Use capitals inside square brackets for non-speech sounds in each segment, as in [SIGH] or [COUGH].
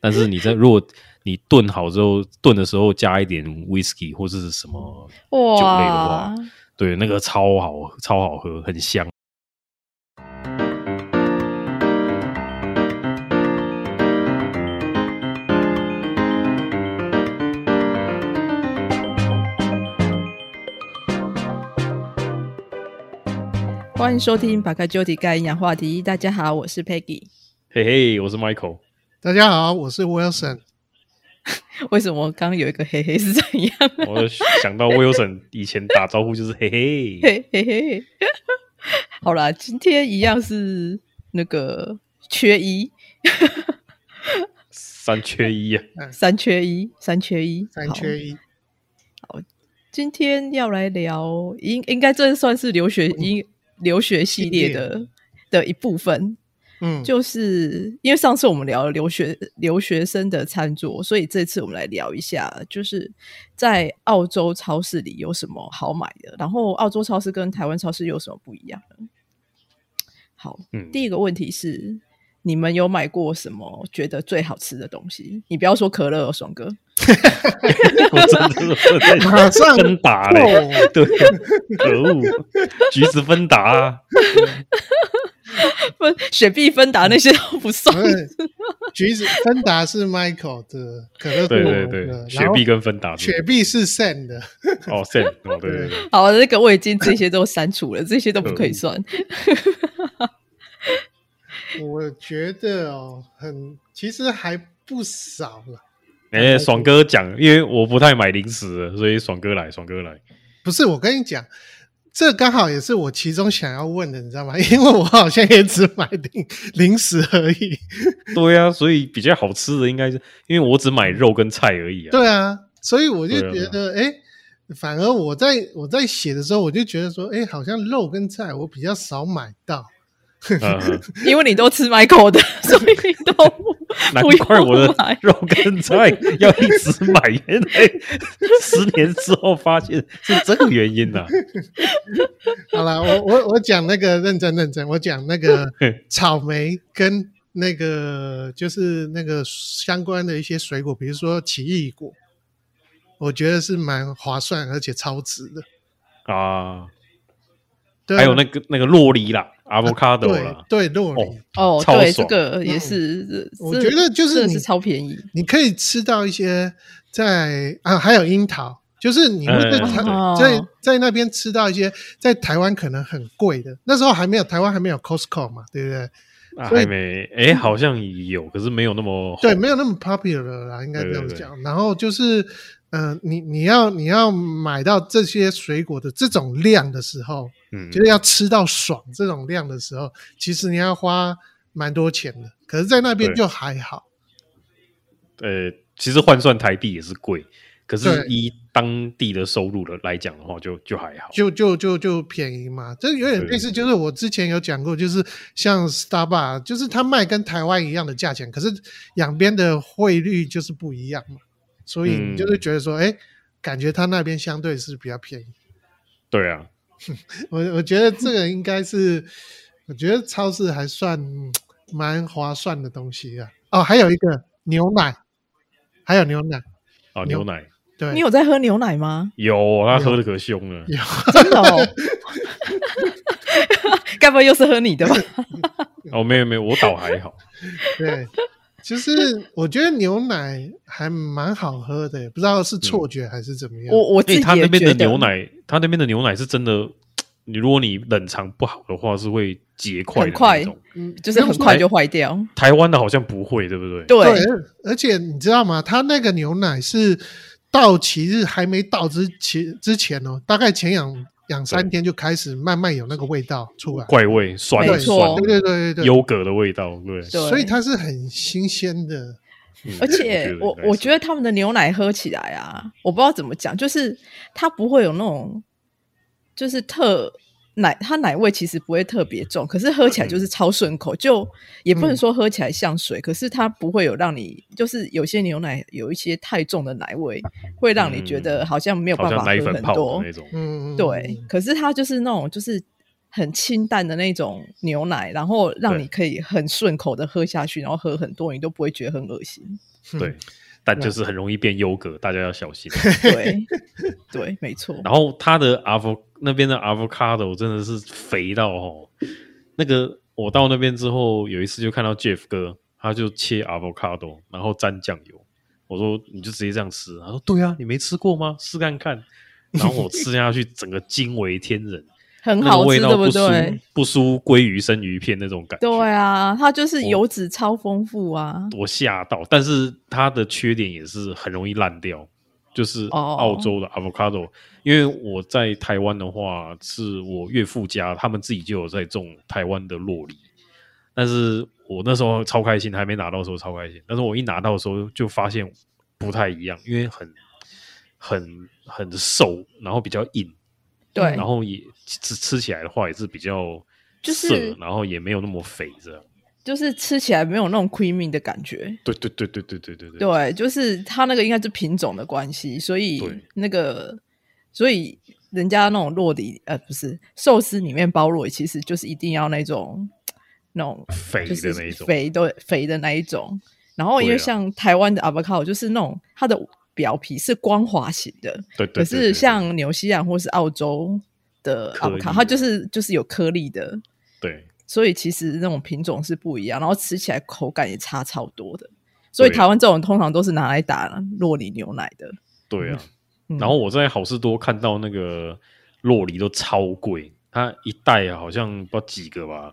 但是你在如果你炖好之后，炖的时候加一点 whisky 或者是什么酒类的话哇，，对，那个超好，超好喝，很香。欢迎收听《把克究底盖营养话题》。大家好，我是 Peggy。 [LAUGHS] 嘿嘿，我是 Michael。大家好，我是 Wilson。为什么刚刚有一个嘿嘿是怎样？我想到 Wilson 以前打招呼就是嘿嘿，嘿嘿嘿。 [LAUGHS] 好啦，今天一样是那个缺一，三缺一啊。三缺一，三缺一，三缺一。一，今天要来聊，应应该这算是留学英留学嗯系列的的一部分，嗯，就是因为上次我们聊了留学留学生的餐桌，所以这次我们来聊一下，就是在澳洲超市里有什么好买的，然后澳洲超市跟台湾超市有什么不一样呢？好，嗯，第一个问题是，你们有买过什么觉得最好吃的东西？你不要说可乐、哦，爽哥，我真的是在马上分打嘞，哦，对，可恶，橘子芬达啊，不，雪碧、芬达那些都不算。橘子芬达是 Michael 的，可乐是对我对的对，哦然雪后碧跟芬达是雪碧是 Sam 的，哦，Sam，哦，对对对，好，那个我已经这些都删除了，这些都不嗯可以算。我觉得哦，很其实还不少了。哎，爽哥讲，因为我不太买零食了，所以爽哥来，爽哥来，不是，我跟你讲，这刚好也是我其中想要问的，你知道吗？因为我好像也只买零零食而已。 [LAUGHS] 对啊，所以比较好吃的应该是，因为我只买肉跟菜而已啊，对啊，所以我就对啊觉得，哎、反而我在我在写的时候，我就觉得说，哎、好像肉跟菜我比较少买到。 [LAUGHS] 嗯，因为你都吃 Michael 的，所以你都不 [LAUGHS] 难不用怪我的买肉跟菜要一直买，原来 [LAUGHS] 十年之后发现是这个原因啊呐、好啦，我我我讲那个认真认真，我讲 [LAUGHS] 那个草莓跟那个就是那个相关的一些水果，比如说奇异果，我觉得是蛮划算而且超值的。啊。对啊，还有那个那个洛梨啦，avocado 啦，对对洛梨，哦哦，超对，这爽个也是，这嗯我觉得就是真的你是超便宜你可以吃到一些在啊，还有樱桃，就是你会在嗯台、哦在在那边吃到一些在台湾可能很贵的，那时候还没有台湾还没有 Costco 嘛，对不对？啊所以还没，哎，好像有，可是没有那么红对，没有那么 popular 啦，应该这样对对对讲。然后就是，呃，你你要你要买到这些水果的这种量的时候，嗯，就是要吃到爽这种量的时候，其实你要花蛮多钱的。可是，在那边对就还好。呃，其实换算台币也是贵，可是对以当地的收入的来讲的话，就就还好。就就就就便宜嘛，这有点类似，就是我之前有讲过，就是像 Starbucks，就是它卖跟台湾一样的价钱，可是两边的汇率就是不一样嘛，所以嗯你就是觉得说，哎、感觉它那边相对是比较便宜。对啊，我我觉得这个应该是，我觉得超市还算嗯蛮划算的东西啊。哦，还有一个牛奶，还有牛奶，啊，牛牛奶对，你有在喝牛奶吗？有，他喝的可凶了。真的哦， [LAUGHS] 该不会又是喝你 [LAUGHS] 的吧？哦，没有没有，我倒还 [LAUGHS] 好。对，其实我觉得牛奶还蛮好喝的，不知道嗯是错觉还是怎么样。我我自因为己哎他那也边觉的得牛奶，他那边的牛奶是真的，你如果你冷藏不好的话，是会结块的很快那种。嗯就是很快就坏掉，台湾的好像不会，对不对？对对，而且你知道吗？它那个牛奶是到期日还没到之前之前哦，大概前两两三天就开始慢慢有那个味道出来。怪味，酸没的错酸对的，对对对对，优格的味道，对。对所以它是很新鲜的。嗯而且我我觉得他们的牛奶喝起来啊，我不知道怎么讲，就是它不会有那种，就是特奶，它奶味其实不会特别重，可是喝起来就是超顺口，就也嗯不能说喝起来像水，可是它不会有让你，就是有些牛奶有一些太重的奶味，会让你觉得好像没嗯有好办像法奶喝粉很泡多的那，种，嗯，嗯对，，可是它就是那种就是很清淡的那种牛奶，然后让你可以很顺口的喝下去，然后喝很多，你都不会觉得很恶心。嗯对，但嗯就是很容易变优格，大家要小心。 [LAUGHS] 对，对，没错。然后它的 avo 那边的 avocado 真的是肥到哦，那个我到那边之后，有一次就看到 Jeff 哥，他就切 avocado，然后沾酱油。我说你就直接这样吃，他说对啊，你没吃过吗？试看看。然后我吃下去，整个惊为天人。很好吃，味道对不不输对？不输鲑鱼生鱼片那种感觉。对啊，它哦就是油脂超丰富啊。我吓到，但是它的缺点也是很容易烂掉，就是哦澳洲的 avocado。因为我在台湾的话，是我岳父家他们自己就有在种台湾的洛梨，但是我那时候超开心，还没拿到的时候超开心，但是我一拿到的时候就发现不太一样，因为很很很瘦，然后比较硬，对，然后也吃吃起来的话也是比较就是涩然后也没有那么肥这样。就是吃起来没有那种 creamy 的感觉。对对对对对对对对对，就是它那个应该是品种的关系，所以对那个，所以人家那种落底，呃，不是寿司里面包落底，其实就是一定要那种那种肥就的是那一种，肥的肥的那一种。然后因对为啊像台湾的 avocado 就是那种它的表皮是光滑型的，对对。对对可是像纽西兰或是澳洲的颗粒 avocado，它的就是就是有颗粒的，对所以其实那种品种是不一样，然后吃起来口感也差超多的。所以对台湾这种通常都是拿来打洛梨牛奶的。对啊，嗯 [LAUGHS] 然后我在好事多看到那个洛梨都超贵，它一袋好像不知道几个吧，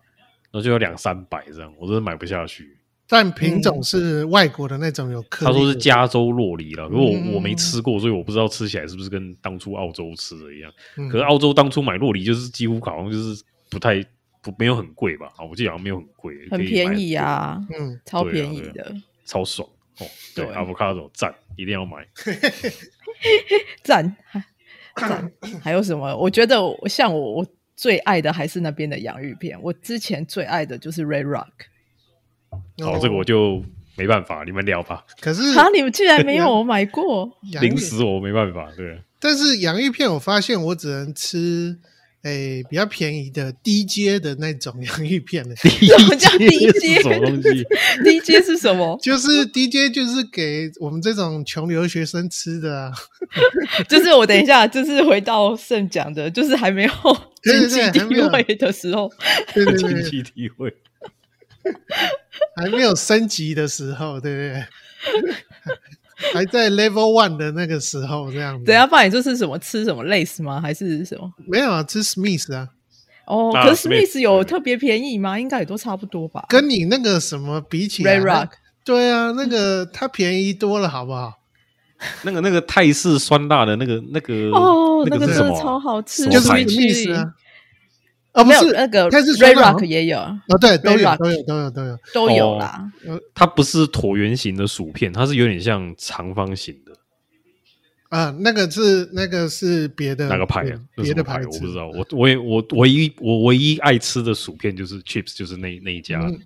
然后就要两三百这样，我真的买不下去。但品种是外国的那种有颗嗯他粒的，说是加州洛梨了，可是我嗯我没吃过，所以我不知道吃起来是不是跟当初澳洲吃的一样。嗯，可是澳洲当初买洛梨就是几乎好像就是不太不没有很贵吧，啊，我记得好像没有很贵，很可以买便很宜多，啊， [CLEARS THROAT] 嗯，超对啊便宜对啊的，超爽哦。对对，avocado 赞，一定要买。赞还赞。还有什么？我觉得我像我我最爱的还是那边的洋芋片，我之前最爱的就是 Red Rock。哦，这个我就没办法，你们聊吧。可是啊，你们居然没有 [LAUGHS] 洋我买过？洋芋零食我没办法，对，但是洋芋片我发现我只能吃。诶，比较便宜的低阶的那种洋芋 [LAUGHS] 片了，什么叫第一是阶？什么东西？第一阶是什么？就是低阶就是给我们这种穷留学生吃的啊，就是我等一下，就是回到盛讲的，就是还没有对经对济还没地有嗯位的时候，对对经对，济体会。还没有升级的时候，对不对？ [LAUGHS] 还在 Level One 的那个时候，这样 [LAUGHS] 子。等一下不然就是什么吃什么类似吗？还是什么？没有啊，吃 Smith 啊，哦，啊可是 Smith， Smith 有对特别便宜吗？应该也都差不多吧。跟你那个什么比起来 Red Rock 对啊，那个它便宜多了，好不好？那个那个泰式酸辣的那个那个哦，那那个个是真什的么啊超好吃，什就么是牌米子 Smith 啊，哦，不没有是那个它是 Red 酸辣 Rock 吗也有，哦，对，都 Red 有 Rock 都有都有都有，都哦有啦。它不是椭圆形的薯片，它是有点像长方形的。啊，那个是那个是别的哪个牌别啊？那嗯别什么的牌牌我子，不知道。我我也我唯一我唯一爱吃的薯片就是 chips，就是那那一家的。嗯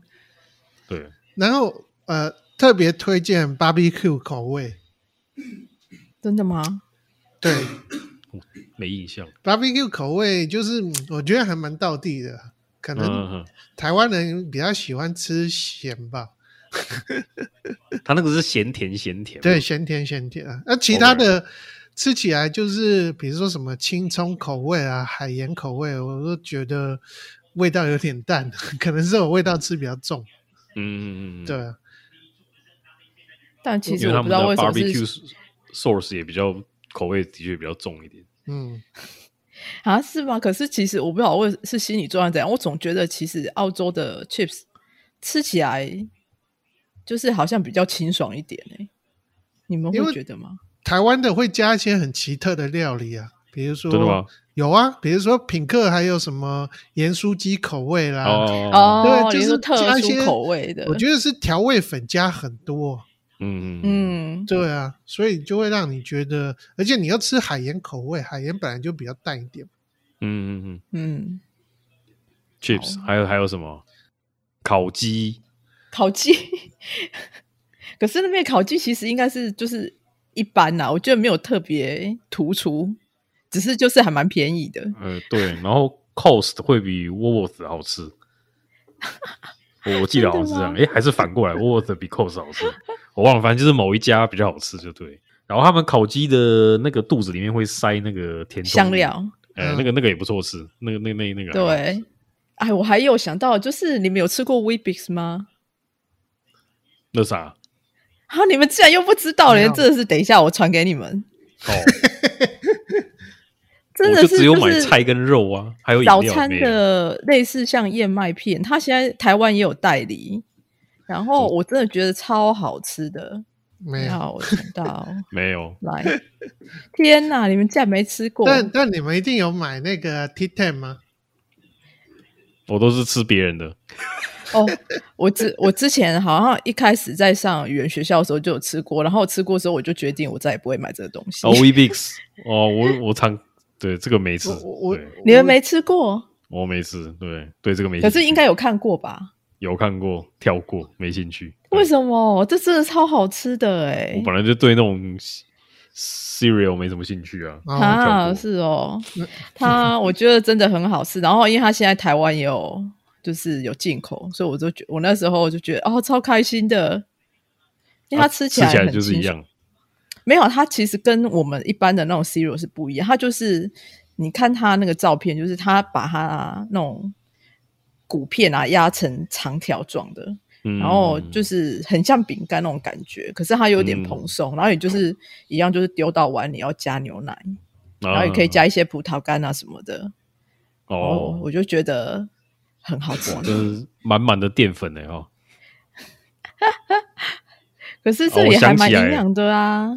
对，然后呃，特别推荐 barbecue 口味，真的吗？对没印象。 barbecue 口味就是嗯我觉得还蛮道地的，可嗯能嗯，台湾人比较喜欢吃咸吧，嗯它那个是咸甜咸甜。对，，咸甜咸甜啊。那其他的吃起来就是比如说什么青葱口味啊、海盐口味，我都觉得味道有点淡， [LAUGHS] 可能是我味道吃比较重，嗯嗯嗯，嗯对。啊。但其因实为他我不们知的道为什么 barbecue 是 sauce 也比较口味的确比较重一点。嗯，啊，是吗？可是其实我不知道为是心理状态怎样，我总觉得其实澳洲的 chips 吃起来就是好像比较清爽一点哎、你们因会为觉得吗？台湾的会加一些很奇特的料理啊，比如说真的吗？有啊，比如说品客还有什么盐酥鸡口味啦，哦，哦，对就你是说特加一殊些口味的，我觉得是调味粉加很多，嗯嗯嗯，嗯，对啊，所以就会让你觉得，而且你要吃海盐口味，海盐本来就比较淡一点，嗯嗯嗯。嗯， chips，还有还有什么烤鸡？烤鸡， [LAUGHS] 可是那边烤鸡其实应该是就是一般啦，我觉得没有特别突出，只是就是还蛮便宜的。呃，对，然后 Cost 会比 Woolworth 好吃。我我记得好像是这样，真的吗诶，还是反过来，Woolworth 比 Cost 好吃，我忘了，反正就是某一家比较好吃就对。然后他们烤鸡的那个肚子里面会塞那个甜香筒料。呃，嗯那个那个也不错吃，那个那那那个啊还好吃对，哎，我还有想到，就是你们有吃过 Weebix 吗？那啥啊，你们竟然又不知道没嘞！有真的是，等一下我传给你们，哦， [LAUGHS] 真我的就是只有买是菜跟肉啊，还有饮早料餐没了的类似像燕麦片，它现在台湾也有代理，然后我真的觉得超好吃的。没有。要我传到没有来，天哪，你们竟然没吃过？但但你们一定有买那个 T Ten 吗？我都是吃别人的。哦，我之我之前好像一开始在上语言学校的时候就有吃过，然后吃过之后我就决定我再也不会买这个东西。哦 w e b i x 哦，我我常对这个没吃，我我我对你们没吃过，我没吃，对对这个没兴可趣。是应该有看过吧？有看过，跳过，没兴趣。为么？什么？这真的超好吃的哎、我本来就对那种 cereal 没什么兴趣啊。哦，跳啊，过嗯是哦 [LAUGHS] 那，它我觉得真的很好吃。然后因为它现在台湾也有就是有进口，所以我就觉我那时候就觉得哦超开心的，因为它啊吃起来,、来就是一。样，没有，它其实跟我们一般的那种 cereal 是不一样，它就是你看它那个照片，就是它把它那种骨片啊压成长条状的，嗯然后就是很像饼干那种感觉，可是它有点嗯蓬松，然后也就是一样，就是丢到碗里要加牛奶，然然后也可以加一些葡萄干啊什么的。哦，哦，我就觉得很好吃。真是满满的淀粉呢哦。可是哦这我也还想蛮起来营养的啊。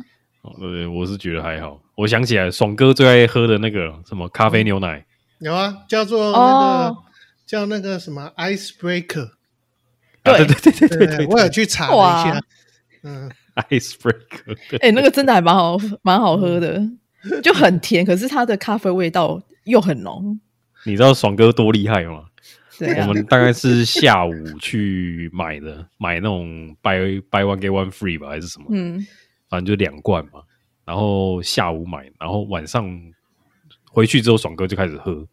哦对，我是觉得还好。我想起来，爽哥最爱喝的那个什么咖啡嗯牛奶，有啊，叫做那个哦叫那个什么 Ice Breaker，啊对对对对对对对对，我有去查了一下哇，嗯， ，ice breaker，对哎、那个真的还蛮好，蛮好 [LAUGHS] 喝的，就很甜，可是它的咖啡味道又很浓。你知道爽哥多厉害吗？对啊我，们大概是下午去买的，买那种 buy buy one get one free 吧，还是什么？嗯，反正就两罐嘛。然后下午买，然后晚上回去之后，爽哥就开始喝。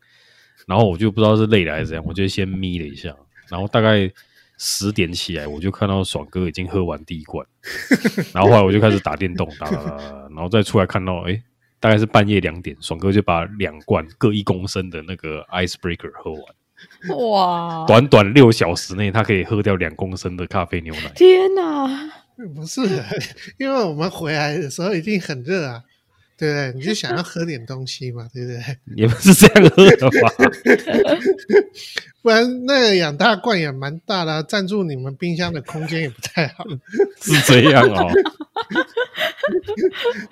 然后我就不知道是累了还是怎样，我就先眯了一下。然后大概十点起来，我就看到爽哥已经喝完第一罐。然后后来我就开始打电动，打打打打，打然后再出来看到，哎，大概是半夜两点，爽哥就把两罐各一公升的那个 ice breaker 喝完。哇，短短六小时内，他可以喝掉两公升的咖啡牛 [LAUGHS] 奶。天哪！不是， [LAUGHS] 因为我们回来的时候一定很热啊，对不对？你就想要喝点东西嘛，对不对？也不是这样喝的吧？不然那个养大罐也蛮大的、啊，占住你们冰箱的空间也不太好。是这样哦，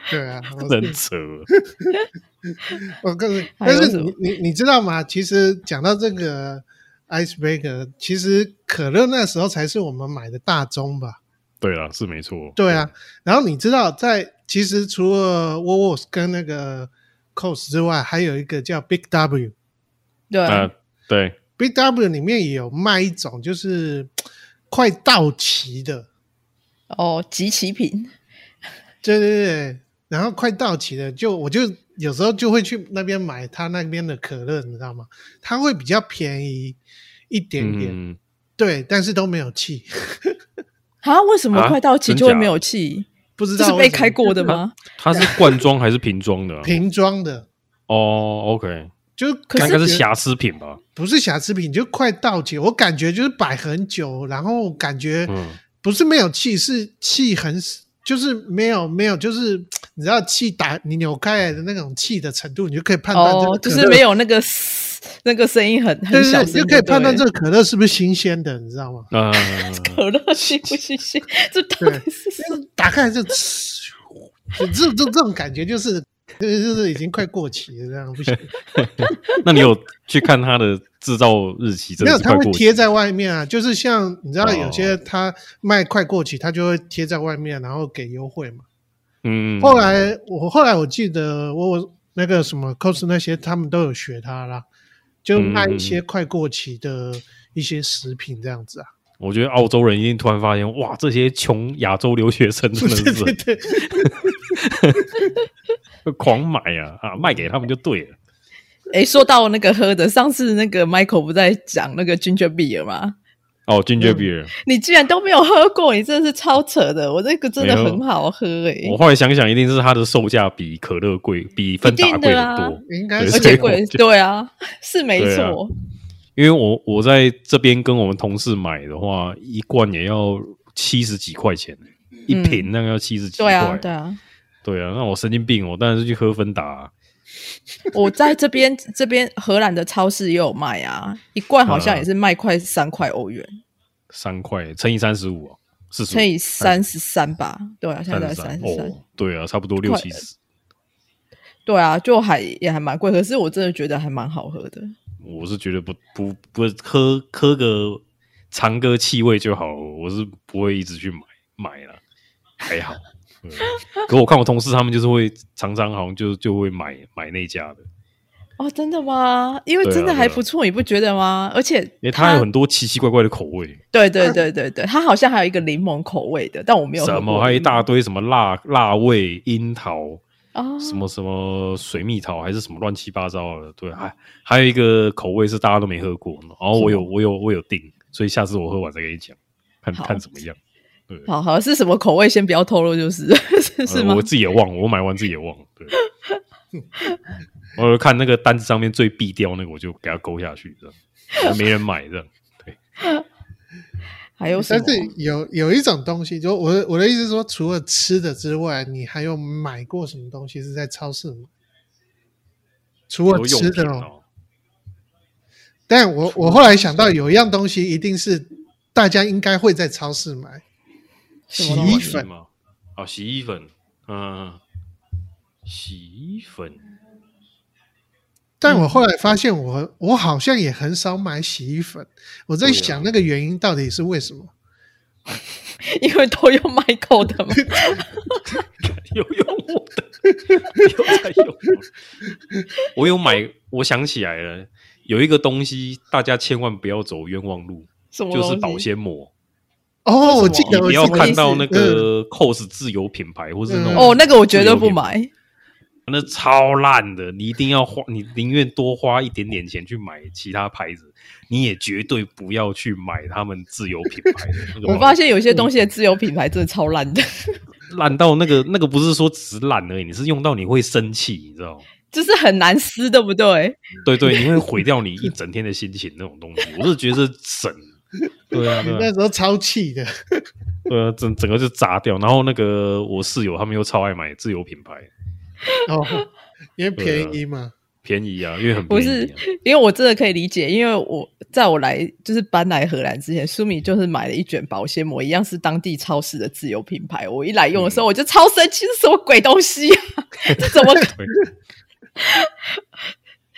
对啊，我能扯。 [LAUGHS] 我告诉你，还有但什是你么你你知道吗？其实讲到这个 ice breaker，其实可乐那时候才是我们买的大宗吧？对了，是没错。对啊。然后你知道在，其实除了 w o w o s 跟那个 Cos 之外，还有一个叫 Big W。对，啊、对， Big W 里面也有卖一种就是快到期的，哦，集齐品，对对对，然后快到期了，就我就有时候就会去那边买他那边的可乐，你知道吗？它会比较便宜一点点，嗯，对，但是都没有气，啊，为什么啊快到期真就会假没有气？不知这道是为被什么开过的吗？它是罐装还是瓶装的啊、瓶装的，哦，OK，就可那是应感该觉是瑕疵品吧？不是瑕疵品，就快到期，我感觉就是摆很久，然后感觉嗯不是没有气，是气很死。就是没有没有，就是你知道气打你扭开来的那种气的程度，你就可以判断这哦个，就可是乐没有那个嘶那个声音很对很对小对，声，就可以判断这对个可乐是不是新鲜的，你知道吗？啊、可乐新不新鲜，这到底是什么？打开来就吃，就这这这种感觉就是，就是就是已经快过期了，这样不行。那你有去看它的制造日期？真没的有，是它快会过期贴在外面啊，就是像你知道哦有些它卖快过期，它就会贴在外面，然后给优惠嘛。嗯，后来我后来我记得我那个什么 cos 那些他们都有学它啦，就卖一嗯些快过期的一些食品这样 [LAUGHS] 子啊。我觉得澳洲人一定突然发现，哇，这些穷亚洲留学生真的对对是对，狂买啊啊，卖给他们就对了。哎，说到那个喝的，上次那个 Michael 不在讲那个 ginger beer 吗？嗯哦，金爵比尔，你居然都没有喝过，你真的是超扯的！我那个真的没有很好喝哎、我后来想想，一定是它的售价比可乐贵，比芬达贵一定的很啊多。应该对是所而以且我贵，就对啊，是没对啊错，因为我我在这边跟我们同事买的话，一罐也要七十几块钱，一瓶那个要七十几块。嗯对啊，对啊。对啊，那我神经病，我当然是去喝芬达啊、我在这边这边荷兰的超市也有卖啊，一罐好像也是卖快三块欧元，三块乘以三十五哦，四十乘以三十三吧，对啊，现在三三十三，哦，对啊，差不多六快七十。对啊，就还也还蛮贵，可是我真的觉得还蛮好喝的。我是觉得不不不喝喝个尝个气味就好了，我是不会一直去买买了，还 [LAUGHS] 好。对啊可我看我同事他们就是会常常好像就就会买买那家的，哦，真的吗？因为对啊真的对啊还不错，你不觉得吗？而且因为它有很多奇奇怪怪的口味，对对对对对，它好像还有一个柠檬口味的，但我没有喝什过么还有一大堆什么辣辣味、樱桃、啊什么什么水蜜桃还是什么乱七八糟的，对，还还有一个口味是大家都没喝过，然后我有我有我有订，所以下次我喝完再跟你讲，看好看怎么样。对，好好是什么口味，先不要透露，就是 [LAUGHS] 是是呃吗我？自己也忘了，我买完自己也忘了。 [LAUGHS] 对，我看那个单子上面最必掉那个，我就给它勾下去，这样没人买这 [LAUGHS] 样。还有什但么？是有有一种东西，就我的我的意思是说，除了吃的之外，你还有买过什么东西是在超市买？除了有用吃的品哦，哦，但我我后来想到有一样东西一定是大家应该会在超市买，什洗么东西衣洗粉。嘛，哦，洗衣粉，嗯，洗衣粉，但嗯我后来发现我，我好像也很少买洗衣粉。我在对啊想那个原因到底是为什么？因为都用 Michael [LAUGHS] 的嘛，有用我的， [LAUGHS] 有在用我的。我有买，我想起来了，有一个东西大家千万不要走冤枉路，什么就是东保西鲜膜。哦，我记你得，我不记要得看到意思嗯那个 COS 自由品牌，或是那种哦，那个我绝自对由不品牌，买。那超烂的，你一定要花，你宁愿多花一点点钱去买其他牌子，你也绝对不要去买他们自由嗯品牌的那个包我装。发现有些东西的自有品牌真的超烂的， [LAUGHS] 烂到那个那个不是说只是烂而已，你是用到你会生气，你知道吗？就是很难撕，对不对？对 [LAUGHS] 对，你会毁掉你一整天的心情那种 [LAUGHS] 东西，我是觉得神。对啊，那对啊，时候超气的。对啊，整整个就砸掉。然后那个我室友他们又超爱买自由品牌，哦，因为啊便宜嘛。便宜啊，因为很不便是宜、啊。 [LAUGHS] 因为我真的可以理解，因为我在我来就是搬来荷兰之前，苏米就是买了一卷保鲜膜，一样是当地超市的自有品牌。我一来用的时候，我就超生气，这什么鬼东西啊？这怎么对 [LAUGHS]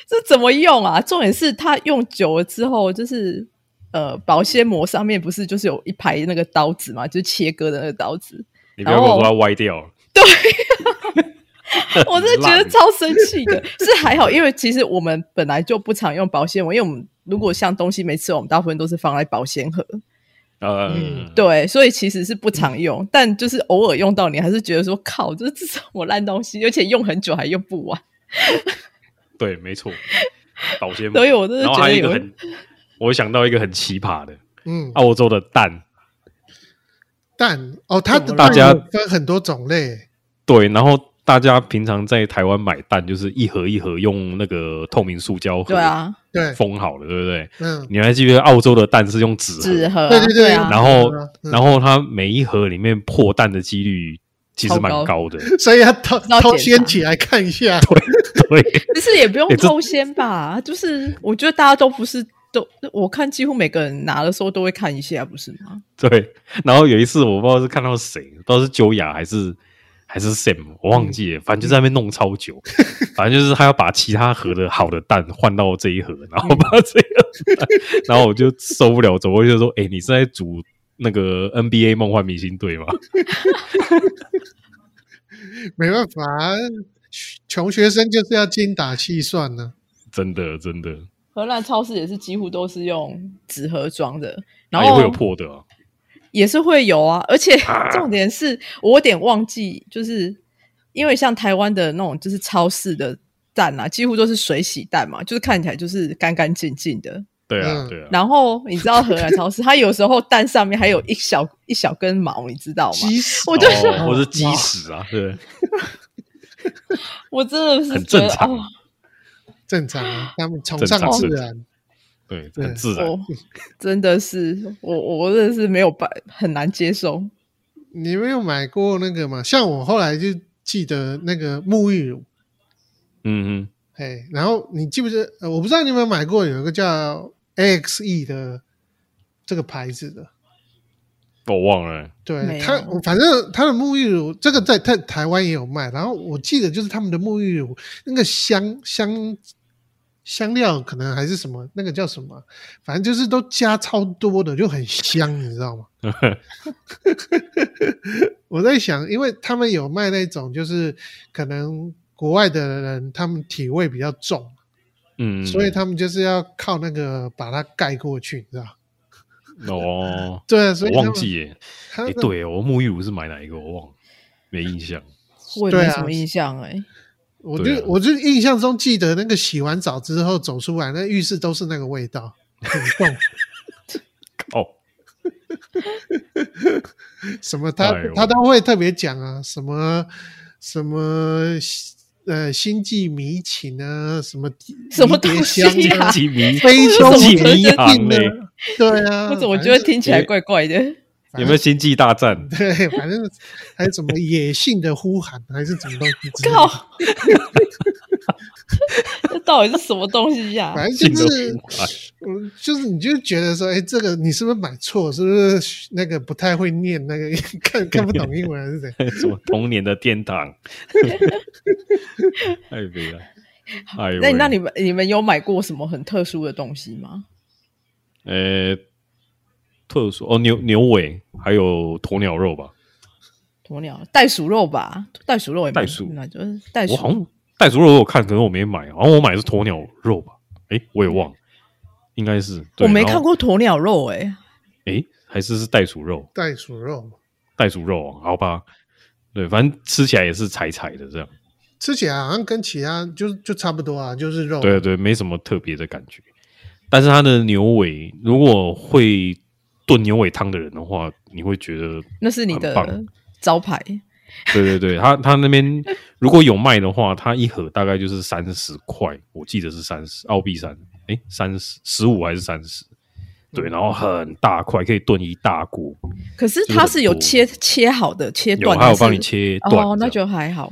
这怎么用啊？重点是它用久了之后，就是呃，保鲜膜上面不是就是有一排那个刀子嘛，就是切割的那个刀子，你不要跟我说它歪掉了。对我真的觉得超生气的。是还好，因为其实我们本来就不常用保鲜膜，因为我们如果像东西没吃完，我们大部分都是放在保鲜盒，呃，嗯对，所以其实是不常用，但就是偶尔用到，你还是觉得说靠，这是什么烂东西，而且用很久还用不完。对，没错，保鲜膜。所以我真嗯的然后觉还得有一个有很，我想到一个很奇葩的，嗯，澳洲的蛋，蛋哦，它的大家蛋有分很多种类。对，然后大家平常在台湾买蛋就是一盒一盒用那个透明塑胶盒对啊，对，封好了，对不对？嗯，你还记得澳洲的蛋是用纸盒，纸盒啊、对对对啊，然后、嗯然后它每一盒里面破蛋的几率其实超蛮高高的，所以要偷要偷检查掀起来看一下。对，其实也不用欸这偷先吧，就是我觉得大家都不是都，我看几乎每个人拿的时候都会看一下，不是吗？对，然后有一次我不知道是看到谁，不知道是九雅还是还是 Sam，我忘记了，反正就在那边弄超久， [LAUGHS] 反正就是他要把其他盒的好的蛋换到这一盒，然嗯后把这个蛋，然后我就受不了，走过去就说：“哎、你是在组那个 NBA 梦幻明星队吗？”没办法啊，穷学生就是要精打细算呢、真的真的，荷兰超市也是几乎都是用纸盒装的，然它也后会有破的、啊，也是会有啊，而且 [LAUGHS] 重点是我有点忘记，就是因为像台湾的那种就是超市的蛋啊，几乎都是水洗蛋嘛，就是看起来就是干干净净的。对啊，嗯对啊，然后你知道荷兰超市，它有时候蛋上面还有一小一小根毛，你知道吗？鸡屎我就是哦我是鸡屎啊， [LAUGHS] 对，我真的是很觉正得常哦，正常啊，他们崇正尚常自正常然，对，对哦很自然。我真的是我我真的是没有办很难接受。你没有买过那个吗？像我后来就记得那个沐浴乳，嗯嗯，哎，然后你记不记得？呃我不知道你有没有买过，有一个叫 AXE 的这个牌子的，我忘了欸。对没它有，反正它的沐浴乳这个在台台湾也有卖，然后我记得就是他们的沐浴乳那个香香香料可能还是什么，那个叫什么，反正就是都加超多的，就很香，你知 [LAUGHS] 道吗？ [LAUGHS] 我在想，因为他们有卖那种就是可能国外的人他们体味比较重，嗯，嗯所以他们就是要靠那个把它盖过去，你知道？哦，对， [LAUGHS] 啊所以我他忘们记耶。他哎、们对哦，我沐浴乳是买哪一个？我忘了，没印象。我也对没啊什么印象哎、我对就、啊我就印象中记得那个洗完澡之后走出来，那浴室都是那个味道，很重。哦，什么他、哎呦他都会特别讲啊，什么什么呃星际迷情啊，什么 [LAUGHS] 什么迷迭东西 [LAUGHS] 香呀 [LAUGHS] 啊，几迷 [LAUGHS] 非这洲是几什么迷东航航嘞？对啊，我怎么反觉得正听起来怪怪的？有没有星际大战？ [LAUGHS] 对，反正还有什么野性的呼喊，还是什么东西之类的？ [LAUGHS] 靠！这到底是什么东西呀、反正性就的是呼喊嗯，就是你就觉得说，哎、这个你是不是买错？是不是那个不太会念那个 [LAUGHS] 看看不懂英文还是怎样？什么童年的天 [LAUGHS] 堂？太悲了！哎呦喂，那你那你们你们有买过什么很特殊的东西吗？呃，特殊哦，牛牛尾还有鸵鸟肉吧？鸵鸟、袋鼠肉吧，袋鼠肉也蛮袋鼠那就是袋我鼠好像袋鼠肉我有看，可是我没买，好像我买的是鸵鸟肉吧？哎、我也忘了，应该是我没看。对然后过鸵鸟肉哎、哎、还是是袋鼠肉，袋鼠肉袋鼠肉哦，好吧？对，反正吃起来也是柴柴的这样。吃起来好像跟其他就就差不多啊，就是哦肉。对对，没什么特别的感觉。但是它的牛尾，如果会炖牛尾汤的人的话，你会觉得，那是你很的棒招牌。对对对，他他那边如果有卖的话，它一盒大概就是三十块，我记得是三十澳币三，哎，三十十五还是三十？对，嗯然后很大块，可以炖一大锅，可是就是它很是有多切切好的切有断，还有还是帮你切断这样，哦，那就还好。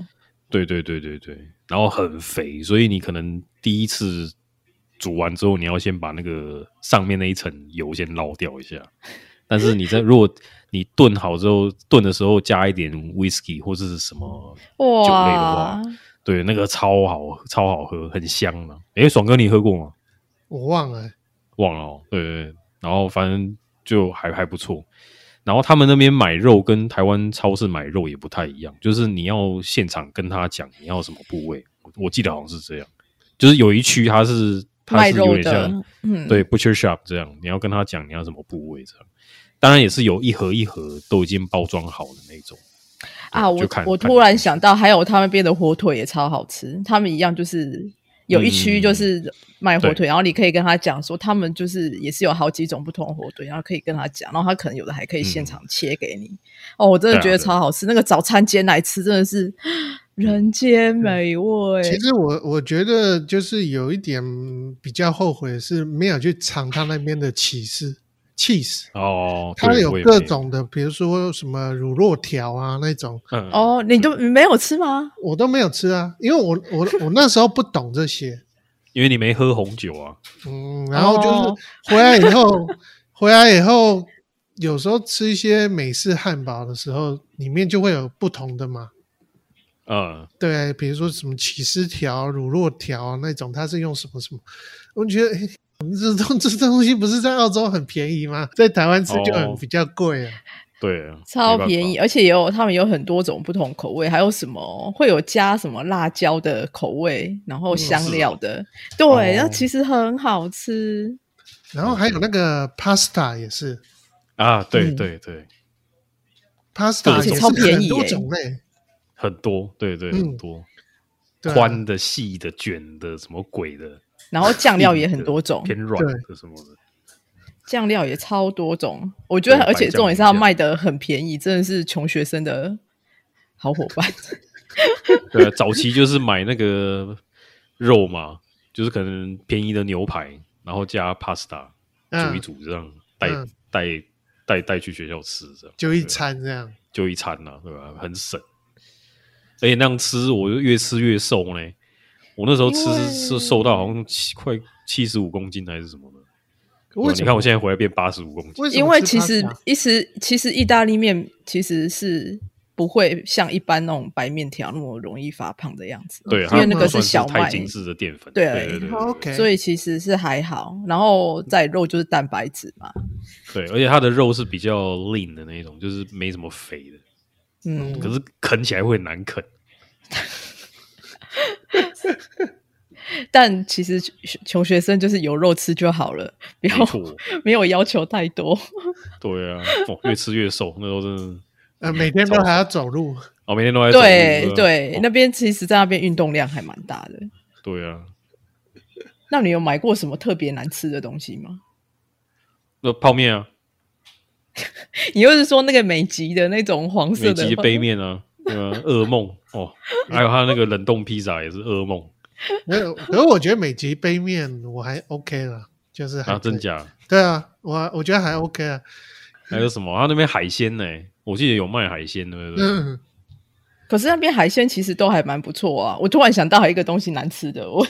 对对对对对，然后很肥，所以你可能第一次煮完之后，你要先把那个上面那一层油先捞掉一下。但是你在如果你炖好之后，炖的时候加一点 whisky 或者是什么，酒类的哇话，对，那个超好超好喝，很香啊。诶，爽哥你喝过吗？我忘了。忘了、哦，对对对，然后反正就还还不错。然后他们那边买肉跟台湾超市买肉也不太一样，就是你要现场跟他讲你要什么部位，我我记得好像是这样，就是有一区它是它卖是有肉点的像，嗯，对 butcher shop 这样，你要跟他讲你要什么部位这样。当然也是有一盒一盒都已经包装好的那种啊，就我看我看突然想到，还有他们边的火腿也超好吃，他们一样就是有一嗯区就是卖火腿，然后你可以跟他讲说，他们就是也是有好几种不同的火腿，然后可以跟他讲，然后他可能有的还可以现场切给你。哦，我真嗯的对啊觉得对啊超好吃，那个早餐煎来吃真的是 [GASPS] 人嗯间美味。其实我我觉得就是有一点比较后悔的是没有去尝他那边的起司 cheese，哦，它对有我也没各种的，比如说什么乳酪条啊那种，嗯哦，你都没有吃吗？我都没有吃啊，因为我我我那时候不懂这些，因为你没喝红酒啊，嗯，然后哦就是回来以后，回来以后，有时候吃一些美式汉堡的时候，里面就会有不同的嘛。嗯，对，比如说什么起司条、乳酪条啊那种，它是用什么什么？我觉得，诶这东这东西不是在澳洲很便宜吗？在台湾吃就很哦比较贵啊。对，超没办便法宜，，而且也有他们有很多种不同口味，还有什么会有加什么辣椒的口味，然后香料的，对，那、嗯哦其实很好吃。然后还有那个 pasta 也是啊，对嗯对对， ，pasta 而且也是超便很宜多耶种类。很多，对对，嗯很多。对啊宽的、细的、卷的，什么鬼的，然后酱料也硬的很多 [LAUGHS] 种，偏软的什么的。酱料也超多种。我觉得，对而且白酱重点是它不一样卖的很便宜，真的是穷学生的好伙 [LAUGHS] 伴。对 [LAUGHS] 啊，早期就是买那个肉嘛，就是可能便宜的牛排，然后加 pasta 嗯煮一煮，这样带嗯带带带去学校吃，这样就一对啊餐这样。就一餐呐、对吧？很省，而且那样吃，我就越吃越瘦呢。我那时候吃因为是瘦到好像七快七十五公斤还是什么的，啊为你什看么？我现在回来变八十五公斤，为什么因为其吃实 pasta？一时，其实意大利面其实是不会像一般那种白面条那么容易发胖的样子，对，因它为那个算是小太麦，精致的淀粉，对对对对对 OK 所以其实是还好。然后再肉就是蛋白质嘛，对，而且它的肉是比较 lean 的那一种，就是没什么肥的，嗯，可是啃起来会很难 [LAUGHS] 啃。但其实穷穷学生就是有肉吃就好了，不要没错，没有要求太多。对啊，哦越吃越瘦，那时候真的，呃，每天都还要走路，哦，每天都在走路对啊对，哦那边其实在那边运动量还蛮大的。对啊，那你有买过什么特别难吃的东西吗？那泡面啊，你又是说那个美极的那种黄色美的极杯面啊，对啊，噩梦哦，还有他那个冷冻披萨也是噩梦没 [LAUGHS] 有。可是我觉得美极杯面我还 OK 了，就是 [LAUGHS] 还啊，可以真？假？嗯对啊，我我觉得还 OK 啊。还有什么？他那边海鲜呢？我记得有卖海鲜，对不对？嗯，可是那边海鲜其实都还蛮不错啊。我突然想到还有一个东西难吃的，我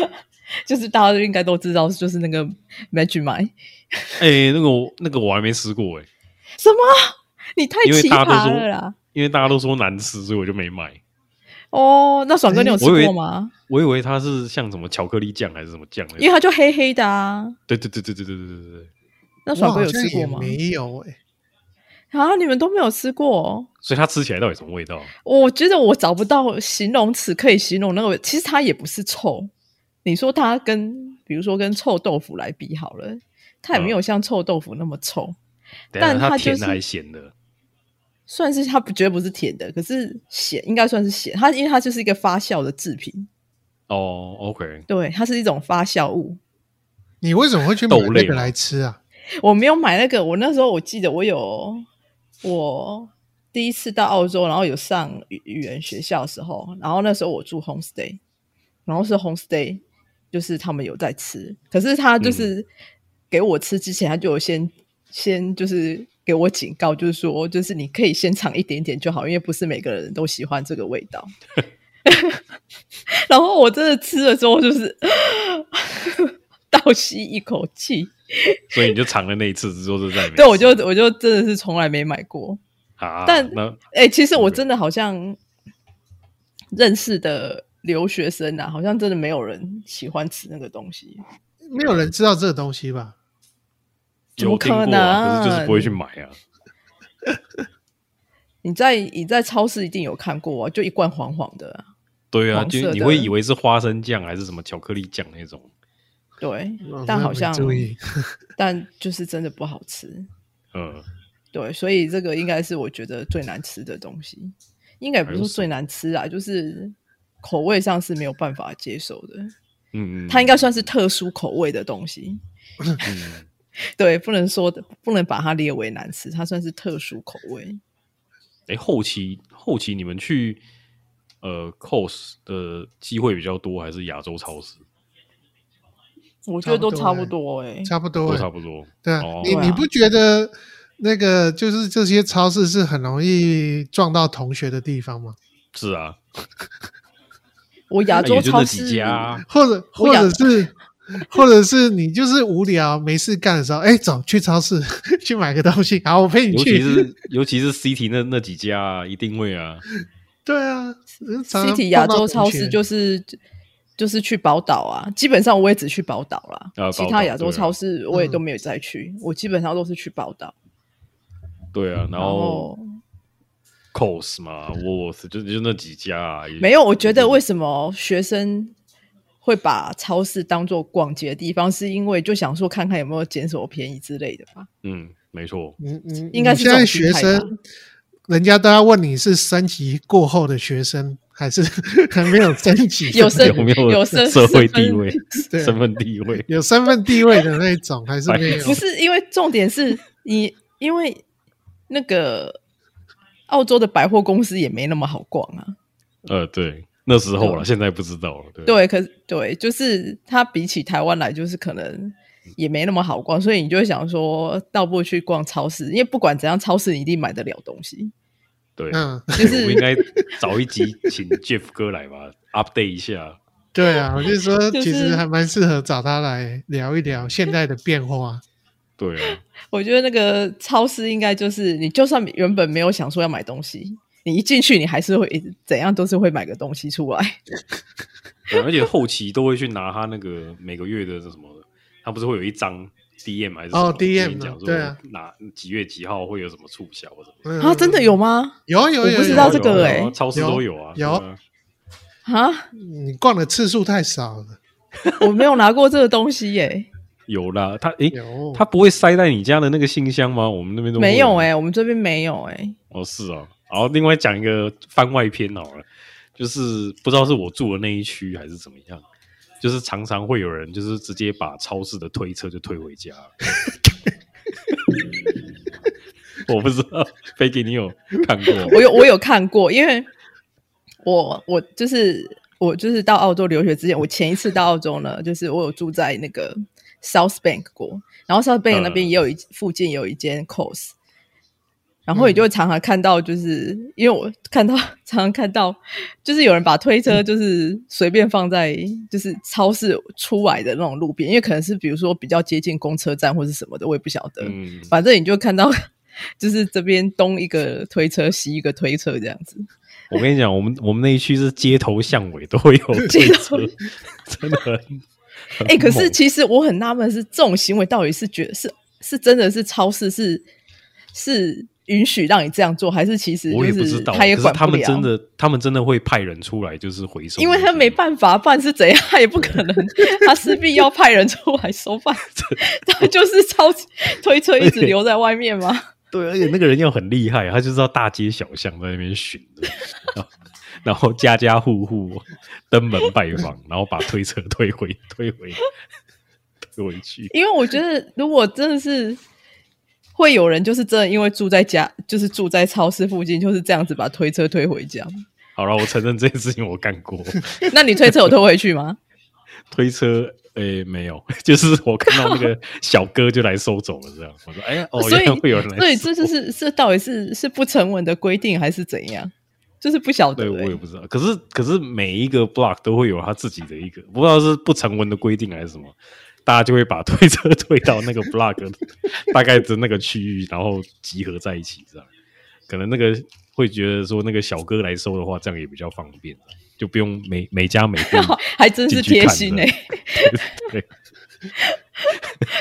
[LAUGHS] 就是大家都应该都知道，就是那个 Magic 麦。哎，那个我那个我还没吃过哎，什么？你太因为奇大家葩都说了啦！因为大家都说难吃，所以我就没买。哦，那爽哥你有吃我以为过吗？我以为它是像什么巧克力酱还是什么酱那因为种，它就黑黑的啊。对对对对对对对对对，那我爽哥好有像吃过也吗？没有哎、啊，你们都没有吃过哦、所以它吃起来到底什么味道？我觉得我找不到形容词可以形容那个，其实它也不是臭。你说它跟，比如说跟臭豆腐来比好了，它也没有像臭豆腐那么臭，等一下但它它甜就的是还是咸的？算是它不绝对不是甜的，可是咸应该算是咸。它因为它就是一个发酵的制品，哦，OK， [LAUGHS] 对，它是一种发酵物。你为什么会去买豆类那个吗来吃啊？ [LAUGHS] 我没有买那个，我那时候我记得我有我第一次到澳洲，然后有上语语言学校的时候，然后那时候我住 homestay，然后是 homestay，就是他们有在吃，可是他就是给我吃之前，他就有先先就是给我警告，就是说就是你可以先尝一点点就好，因为不是每个人都喜欢这个味道。然后我真的吃了之后，就是 [LAUGHS] 倒吸一口气，所以你就尝了那一次之后就再也没吃。对，我就我就真的是从来没买过。啊，但那哎、其实我真的好像认识的留学生啊，好像真的没有人喜欢吃那个东西。没有人知道这个东西吧？怎么有听可过啊，可是就是能不会去买啊。你在你在超市一定有看过啊，就一罐黄黄的啊、对啊，黄色就的你会以为是花生酱还是什么巧克力酱那种。对我，但哦没好像嗯注意，但就是真的不好吃。嗯，对，所以这个应该是我觉得最难吃的东西，应该也不是说最难吃啊，就是口味上是没有办法接受的。嗯嗯，它应该算是特殊口味的东西。嗯对，不能说的，不能把它列为难吃，它算是特殊口味。哎、后期后期你们去呃 cos 的机会比较多，还是亚洲超市我觉得都差差不不多哎、差不多、都欸差。不多？对啊，哦你对你啊不觉得那个就是这些超市是很容易撞到同学的地方吗？是啊，我亚那洲也就超那几市，家啊、或者我或养者是或者是你就是无聊没事干的时候，哎，走去超市 [LAUGHS] 去买个东西，好，我陪你尤其去。是尤其是 CT 那那几家、啊，一定会啊。对啊常常 City 亚碰洲到同超学市就是就是去宝岛啊，基本上我也只去宝岛啦，啊其宝岛他亚洲对啊超市我也都没有再去，我基本上都是去宝岛，对啊，然然后 cos 嘛，Woolworths 就就那几家、啊。也没有，我觉得为也什么学生会把超市当做逛街的地方，是因为就想说看看有没有捡什么便宜之类的吧。嗯，没错，嗯嗯，应该你是这现在种学心态吧生人家都要问你是升级过后的学生，还是 [LAUGHS] 还没有升级的，有身有没有身社会身份地 [LAUGHS] 位、对身份地位？有身份地位的那一种，还是没有？不是因为重点是你，因为那个澳洲的百货公司也没那么好逛啊。呃，对，那时候了，现在不知道了。对，对，可是对，就是它比起台湾来，就是可能也没那么好逛，所以你就会想说，倒不如去逛超市，因为不管怎样，超市你一定买得了东西。对，嗯，对就是 [LAUGHS] 我们应该找一集请 Jeff 哥来吧，update 一下。对啊，我就说就其实是还蛮适合找他来聊一聊现代的变化。对啊，我觉得那个超市应该就是你，就算原本没有想说要买东西，你一进去，你还是会怎样都是会买个东西出来。对啊而且后期都会去拿他那个每个月的这什么的，他不是会有一张 DM 还是什么哦 DM 跟你讲说对啊哪几月几号会有什么促销或者嗯啊，真的有吗？有有有，我不知有道这个哎，有啊有啊欸超市都有啊，有对啊啊，你逛的次数太少了。我没有拿过这个东西耶、有啦。他诶，有，他不会塞在你家的那个信箱吗？我们那边都会没有哎、我们这边没有哎、哦，是哦。然后另外讲一个番外篇好了，就是不知道是我住的那一区还是怎么样，就是常常会有人就是直接把超市的推车就推回家了。 [LAUGHS] 我不知道，飞给你有看过吗？我有我有看过，因为我我就是我就是到澳洲留学之前，我前一次到澳洲呢，就是我有住在那个 South Bank 过，然后 South Bank 那边也有一、附近有一间 Coles，然后你就会常常看到，就是、因为我看到常常看到，就是有人把推车就是随便放在就是超市出来的那种路边，因为可能是比如说比较接近公车站或是什么的，我也不晓得，嗯，反正你就看到，就是这边东一个推车，西一个推车这样子。我跟你讲，我们我们那一区是街头巷尾都会有推街车 [LAUGHS] 头，真的很。很哎、可是猛其实我很纳闷的是，这种行为到底是觉得是是真的是超市是是允许让你这样做，还是其实我也就不知道，他也可是管他不们了？真的，他们真的会派人出来，就是回收那些，因为他没办法办是怎样，他也不可能，他势必要派人出来收 [LAUGHS] 办，他就是超推车一直留在外面吗？对，而且那个人又很厉害，他就知道大街小巷在那边巡的，然后然后家家户户登门拜访，然后把推车推回推回推回去。因为我觉得，如果真的是会有人，就是真的因为住在家，就是住在超市附近，就是这样子把推车推回家。好了，我承认这件事情我干过，那你推车有推回去 [LAUGHS] 吗？推车。诶、没有， [LAUGHS] 就是我看到那个小哥就来收走了，这样我说，哎呀，哦，所原以来会有人来收，所以这就是这到底是是不成文的规定还是怎样？就是不晓得、对我也欸。不知道。可是可是每一个 block 都会有他自己的一个，不知道是不成文的规定还是什么，大家就会把推车 [LAUGHS] 推到那个 block 的大概的那个区域，然后集合在一起这样。可能那个会觉得说那个小哥来收的话，这样也比较方便，啊就不用每每家每户还 [LAUGHS] 真是贴心哎、进去对。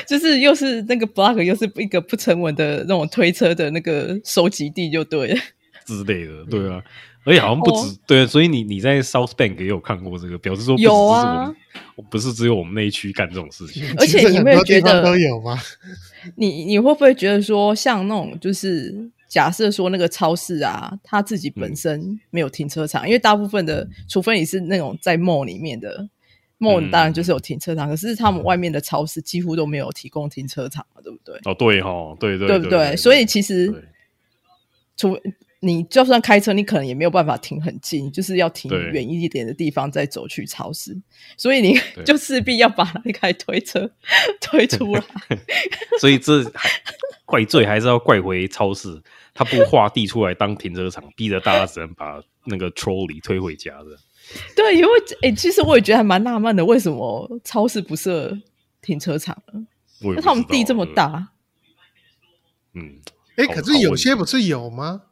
就是又是那个 block，又是一个不成文的那种推车的那个收集地，就对了。之类的，对嗯啊，而且好像不止、对，啊所以你你在 South Bank 也有看过这个，表示说不只是哦有我啊们，不是只有我们那一区干这种事情，而且其实你很没有多觉地方得都有吗？你你会不会觉得说，像那种就是假设说那个超市啊，它自己嗯本身没有停车场，因为大部分的，除非你是那种在 mall 里面的 mall，嗯当然就是有停车场，可是他们外面的超市几乎都没有提供停车场嘛，对不对？哦，对哈，对对对不对？所以其实对除你就算开车，你可能也没有办法停很近，就是要停对远一点的地方再走去超市，所以你 [LAUGHS] 对就势必要把那台推车 [LAUGHS] 推出来。所以这还怪罪还是要怪回超市，他不划地出来当停车场，逼着大家只能把那个 trolley 推回家的。对，因为诶、其实我也觉得还蛮纳闷的，为什么超市不设停车场呢？我也不那他们知道地这么，大，对嗯，哎，好可好是有问些不是有吗？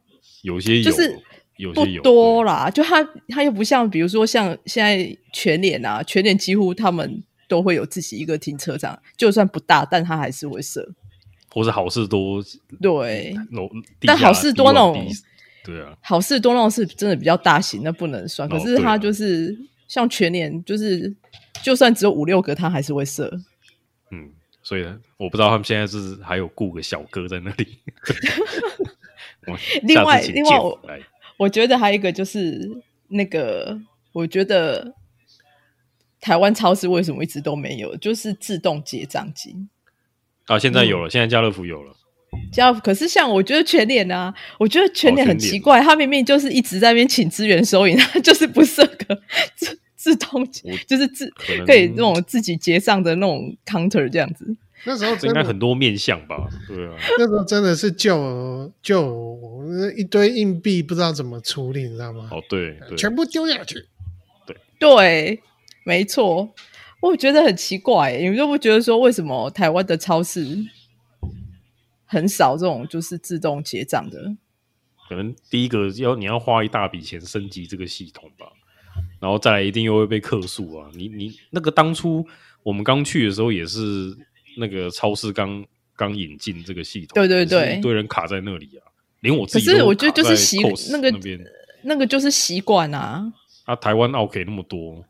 有些有，就是有不些有多啦。就他他又不像，比如说像现在全脸啊，全脸几乎他们都会有自己一个停车场，就算不大，但他还是会设。或是好事多对，楼，但地下好事多那种地下对啊，好事多那种是真的比较大型，那不能算。哦可是他对啊就是、像全脸，就是就算只有五六个，他还是会设。嗯， [LAUGHS] 所以我不知道他们现在是还有雇个小哥在那里， [LAUGHS] 我另外下次请另外 Jeff 我来我觉得还有一个就是那个，我觉得台湾超市为什么一直都没有，就是自动结账机。啊，现在嗯有了，现在家乐福有了，加可是像我觉得全脸啊，我觉得全脸很哦全奇联怪，他明明就是一直在那边请资源收银，他就是不设个自自动结我就是自可能可以那种自己结账的那种 counter 这样子。那时候这真应该的很多面向吧？对啊， [LAUGHS] 那时候真的是救救那一堆硬币，不知道怎么处理，你知道吗？哦对对，全部丢下去。对，没错，我觉得很奇怪欸耶，你们就不觉得说为什么台湾的超市很少这种就是自动结账的？可能第一个要你要花一大笔钱升级这个系统吧，然后再来一定又会被客诉啊。你你那个当初我们刚去的时候也是那个超市刚刚引进这个系统，对对也是对一堆人卡在那里啊，连我自己可是都我觉得就是卡在习 Coles 那个那边那个就是习惯啊，啊，台湾 OK 那么多，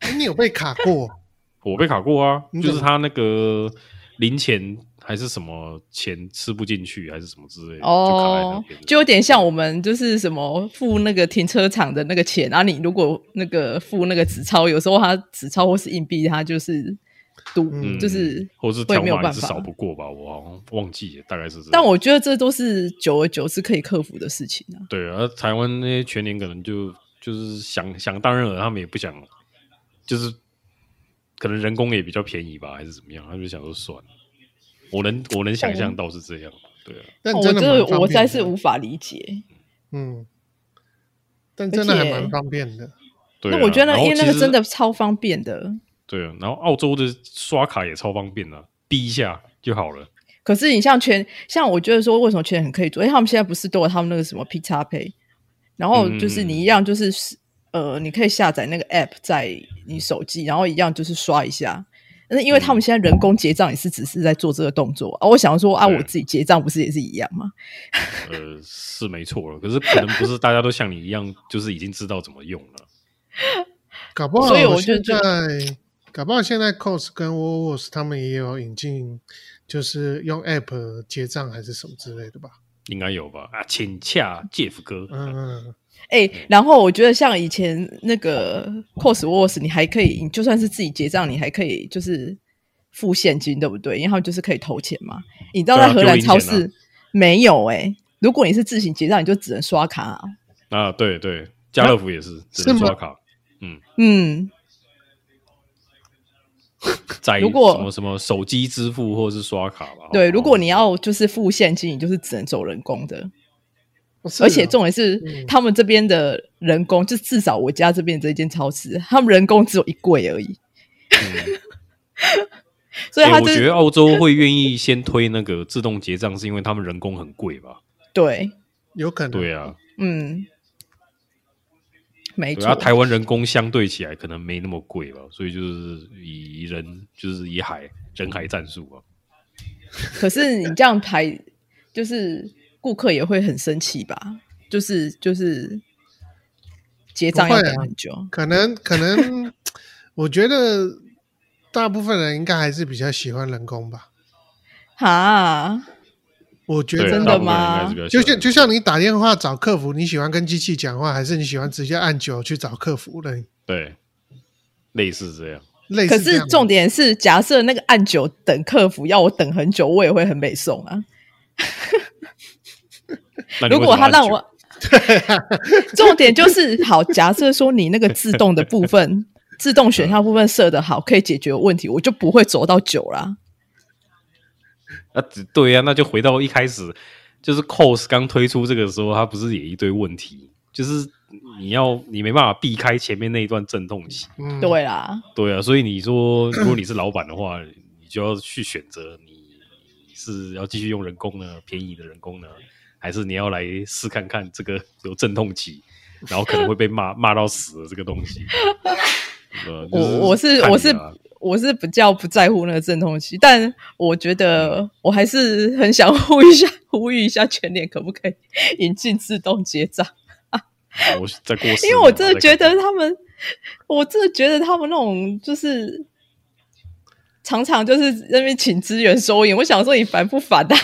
哎你有被卡过？ [LAUGHS] 我被卡过啊，嗯你就怎是么他那个零钱还是什么钱吃不进去还是什么之类的，哦就卡在那边，就有点像我们就是什么付那个停车场的那个钱啊，你如果那个付那个纸钞，有时候它纸钞或是硬币，它就是赌，嗯就是或是会条没有码办也是法少。不过吧，我好像忘记了，大概是这样。但我觉得这都是久而久之可以克服的事情啊。对啊，台湾那些全年可能就就是想想当然了，他们也不想，就是可能人工也比较便宜吧，还是怎么样，他们就想说算了。我能我能想象到是这样，对啊，但哦我真的蛮方便的我实在是无法理解。嗯，但真的还蛮方便的。对啊。那我觉得然那后因为那其个实真的超方便的，对啊，然后澳洲的刷卡也超方便的、啊逼一下就好了。可是你像全像我觉得说为什么全很可以做？因为他们现在不是都有他们那个什么 P 叉 Pay，然后就是嗯你一样就是、呃，你可以下载那个 App 在你手机，然后一样就是刷一下。但是因为嗯他们现在人工结账也是只是在做这个动作啊，我想说啊，对我自己结账不是也是一样吗？呃，是没错了，可是可能不是大家都像你一样，就是已经知道怎么用了。搞不好，所以我就现觉在搞不好现在 Cos 跟 w o l w o r t s 他们也有引进，就是用 App 结账还是什么之类的吧。应该有吧？啊，请洽 Jeff 哥，嗯嗯，哎、然后我觉得像以前那个 Cos Wars，你还可以，你就算是自己结账，你还可以就是付现金，对不对？因为他们就是可以投钱嘛。你知道对啊在荷兰超市、丢零钱没有哎、如果你是自行结账，你就只能刷卡、啊，对对，家乐福也是，只能是吗刷卡。嗯，在如果什么什么手机支付或者是刷卡吧。对。哦如果你要就是付现金，你就是只能走人工的。哦啊是而且哦重点是，嗯他们这边的人工，就至少我家这边这间超市，他们人工只有一柜而已， [LAUGHS] 嗯所以欸他我就觉是得澳洲会愿意先推那个自动结账，是因为他们人工很贵吧？对，有可 [LAUGHS] 能。对啊，嗯，没对错。啊，台湾人工相对起来可能没那么贵吧，所以就是以人就是以海人海战术啊。可是你这样排，就是顾客也会很生气吧？就是就是结账要不会啊等很久，可能可能， [LAUGHS] 我觉得大部分人应该还是比较喜欢人工吧。哈，我觉对，啊得真大的部分吗人应该是比较喜就欢像就像你打电话找客服，你喜欢跟机器讲话，还是你喜欢直接按九去找客服呢？对，类似这样。类可似这是样的重点是，假设那个按久等客服要我等很久，我也会很美送啊。那你如为什果么他按让九我， [LAUGHS] 重点就是好，假设说你那个自动的部分、自动选项部分设的好，可以解决问题，我就不会走到久啦。啊，只对啊，那就回到一开始，就是 Cos 刚推出这个时候，它不是也一堆问题，就是你要你没办法避开前面那一段阵痛期，嗯，对啦，对啊，所以你说如果你是老板的话， [CLEARS THROAT] 你就要去选择你是要继续用人工呢，便宜的人工呢，还是你要来试看看这个有阵痛期，然后可能会被骂 [LAUGHS] 骂到死的这个东西。呃就我我是看我你是啊我是比较不在乎那个阵痛期，但我觉得我还是很想呼吁一下， [LAUGHS] 呼吁一下全脸可不可以 [LAUGHS] 引进自动结账？我再过十年因为我我啊真的再觉看得他们，我真的觉得他们那种就是常常就是在那边请支援收银，我想说你烦不烦啊？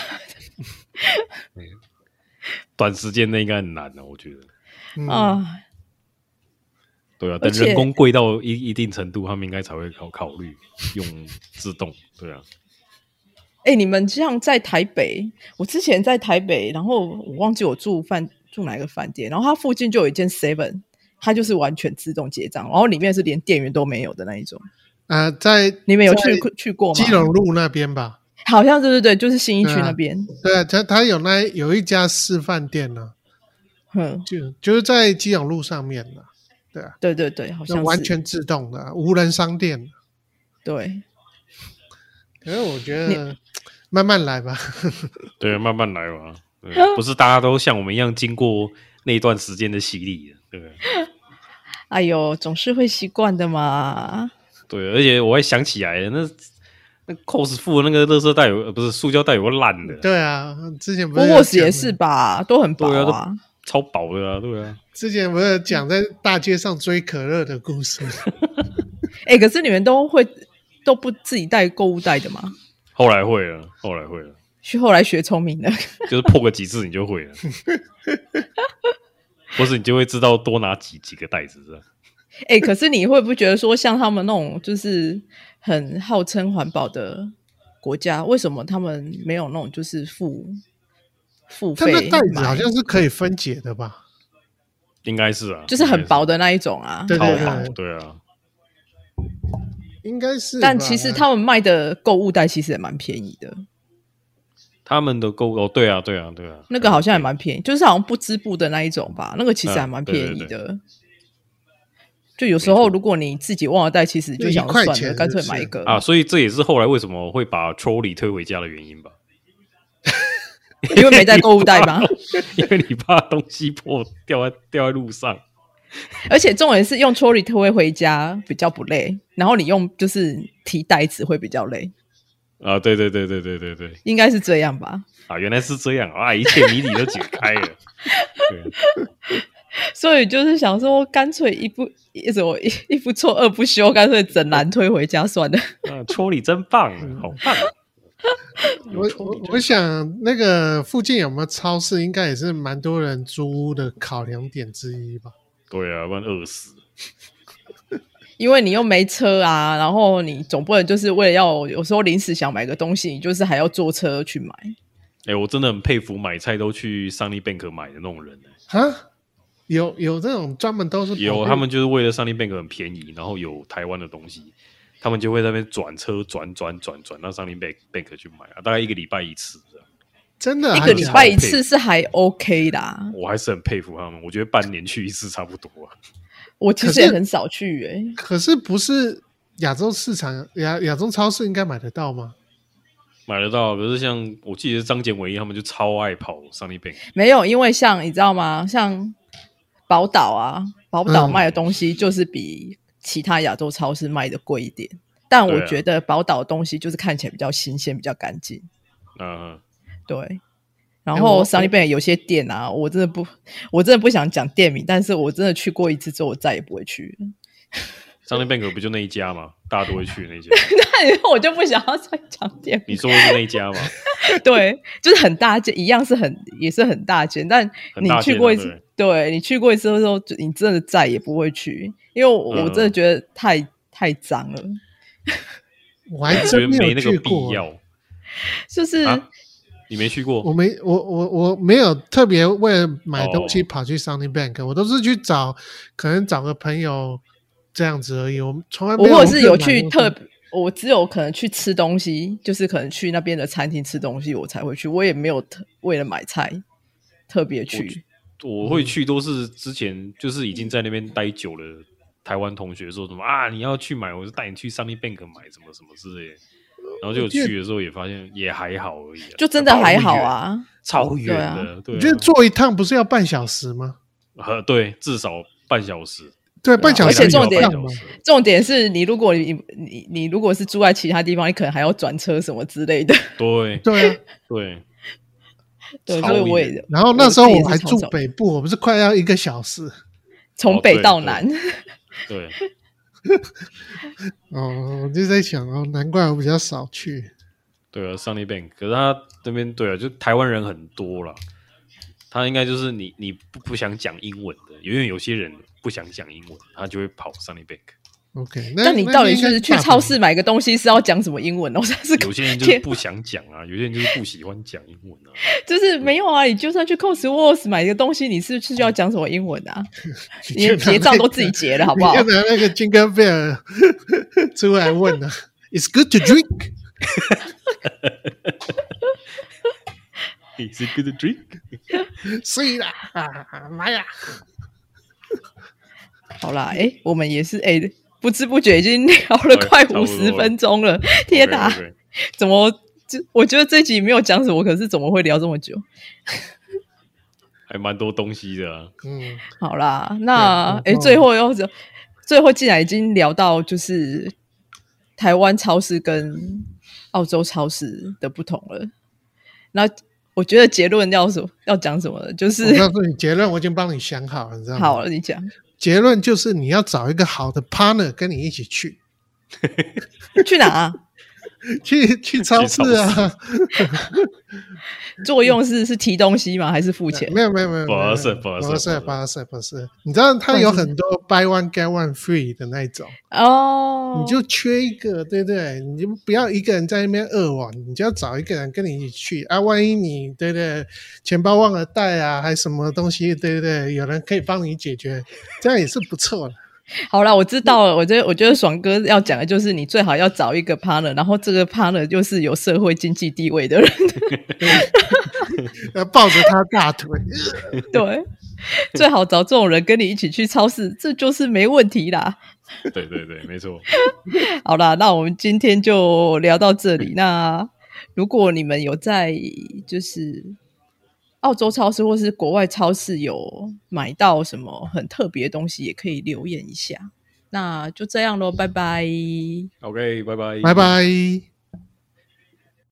短时间内应该很难的、我觉得。嗯啊，对啊，而等且人工贵到一一定程度，他们应该才会考考虑用自 [LAUGHS] 动。对啊，哎、你们这样在台北，我之前在台北，然后我忘记我住饭住哪个饭店，然后它附近就有一间 Seven，它就是完全自动结账，然后里面是连店员都没有的那一种。啊，在你们有在去去过吗？基隆路那边吧？好像对对对，就是新一区对啊那边。对啊，他他有那有一家示范店呢、嗯，就就是在基隆路上面的、对啊，对对对，好像那是完全自动的啊、无人商店。对。可是我觉得慢慢来吧， [LAUGHS] 对啊，慢慢来嘛。对啊嗯不是大家都像我们一样经过那一段时间的洗礼的，对不对？啊哎呦，总是会习惯的嘛。对，啊而且我还想起来了，那那 cos 附的那个垃圾袋有，呃不是塑胶袋有个烂的，对啊，之前不是有 Bobos 也讲是吧，都很薄对啊都啊。超薄的啊，对啊，之前不是讲在大街上追可乐的 [LAUGHS] 故事？哎、可是你们都会都不自己带购物袋的吗？后来会了，后来会了，是后来学聪明的。就是破个几次你就会 [LAUGHS] 了，或是你就会知道多拿几几个袋子这样。哎、可是你会不会觉得说，像他们那种就是很号称环保的国家，为什么他们没有那种就是付付它费那袋子买好像是可以分解的吧？应该是啊，就是很薄的，的那一种啊？对超对薄对，，对啊，应该是吧。但其实他们卖的购物袋其实也蛮便宜的，他们的购哦，对啊，对啊，对啊，那个好像也蛮便宜，就是好像不织布的那一种吧，那个其实还蛮便宜嗯对的。就有时候如果你自己忘了带，其实就就一想块算了，钱干脆是不买一是个啊，，所以这也是后来为什么会把 trolley 推回家的原因吧，因为没带购物袋嘛。 [LAUGHS] 因为你怕东西破掉在掉在路上。而且重点是用 trolley 推回家比较不累，然后你用就是提袋子会比较累，啊，对对对对对对对，应该是这样吧。啊，原来是这样啊，一切谜底都解开了。 [LAUGHS] 对，啊所以就是想说，干脆一不一什么一一不做二不休，干脆整篮推回家算了。 [LAUGHS] 啊，戳你真棒，好棒！有我戳我你就我想那个附近有没有超市，应该也是蛮多人租屋的考量点之一吧。对啊，不然饿死。因为你又没车啊，然后你总不能就是为了要有时候临时想买个东西，你就是还要坐车去买。哎、我真的很佩服买菜都去 Sunny Bank 买的那种人、欸，啊，有有这种专门都是跑有步他们就是为了 Sunny Bank 很便宜，然后有台湾的东西，他们就会在那边转车转转转转到 Sunny Bank Bank 去买啊，大概一个礼拜一次这样。真的一啊还个礼假的拜一次是还 OK 啦，我还是很佩服他们，我觉得半年去一次差不多啊。我其可实是也很少去诶、欸可是不是亚洲市场亚亚洲超市应该买得到吗？买得到，可是像我记得张简伟他们就超爱跑 Sunny Bank，没有，因为像你知道吗？像宝岛啊，宝岛卖的东西就是比其他亚洲超市卖的贵一点，但对我啊觉得宝岛的东西就是看起来比较新鲜，比较干净，啊、对。然哎后我商利贝有些店啊，我真的不，我真的不想讲店名，但是我真的去过一次之后，我再也不会去了。 [LAUGHS] Sunny Bank 不就那一家嘛，大家都会去那一家。那以后我就不想要再讲店你名。说的是那一家嘛？ [LAUGHS] 对，就是很大间，一样是很也是很大间，但很你大去间过啊一次，对你去过一次的时候，就你真的再也不会去，因为我,、我真的嗯觉得太太脏了，我 [LAUGHS] 还觉得真没有那个去必过。要就是、啊。你没去我过？没我我我没有特别为了买东西哦跑去 Sunny Bank，、我都是去找可能找个朋友这样子而已。我从来没我有或者是有买去过特东西，我只有可能去吃东西，就是可能去那边的餐厅吃东西，我才会去，我也没有特为了买菜特别去。我嗯会去都是之前就是已经在那边待久了，台湾同学说什么啊，你要去买，我就带你去 Sunny Bank 买什么什么之类的。然后就有去的时候也发现也还好而已啊、就真的还好啊，超远的，对我啊觉得坐一趟不是要半小时吗？呃对，至少半小时，对，啊半小而时且一重点趟半嘛小时重点是你如果你你你如果是住在其他地方，你可能还要转车什么之类的。对对 [LAUGHS] 啊。对，对，超所以我也远然后那时候我自己是我还从住小北部，我不是快要一个小时从哦北对到对南。对，哦，我就在想哦，难怪我比较少去。对啊，Sunny Bank，可是他那边对啊，就台湾人很多啦，他应该就是你你不不想讲英文的，因为有些人不想讲英文，他就会跑 Sunny Bank。 OK，那那你到底应该是去大超阪市买个东西是要讲什么英文哦 [LAUGHS] 呢？我真是有些人就是不想讲啊，有些人就是不喜欢讲英文 [LAUGHS] 啊。就是没有啊！你就算去 Cosworth 买一个东西，你是不是就要讲什么英文啊？你就拿结账那都个自己结了，好不好你要？拿那个 Jingle Bell 出来问 [LAUGHS] 啊，It's good to drink。 Is it good drink？是啦，啊妈呀！好啦，哎、我们也是哎、不知不觉已经聊了对快差不五多十了分钟了，天哪 OK，OK 怎么这？我觉得这集没有讲什么，可是怎么会聊这么久？还蛮多东西的啊。嗯，好啦，那哎、对诶嗯最后又是最后竟然已经聊到就是台湾超市跟澳洲超市的不同了。那我觉得结论要什么要讲什么了，就我是告诉你，结论我已经帮你想好了，你 [LAUGHS] 知道吗？好了，你讲结论就是你要找一个好的 partner 跟你一起去，去哪、啊去去超市啊。 [LAUGHS] 作用是是提东西吗？还是付钱？没有没有没有，不是没有不是不是不是不是，你知道它有很多 buy one get one free 的那一种，哦，你就缺一个，对不对？你就不要一个人在那边饿网，你就要找一个人跟你一起去啊。万一你对不对，钱包忘了带啊，还什么东西，对不对？有人可以帮你解决，这样也是不错的。好啦，我知道了。我觉得，我觉得爽哥要讲的就是，你最好要找一个 partner，然后这个 partner 就是有社会经济地位的人。呃，抱着他大腿，对，最好找这种人跟你一起去超市，这就是没问题啦。对对对，没错。好啦，那我们今天就聊到这里。那如果你们有在就是澳洲超市或是国外超市有买到什么很特别的东西，也可以留言一下。那就这样喽，拜拜。 OK，拜拜，拜拜。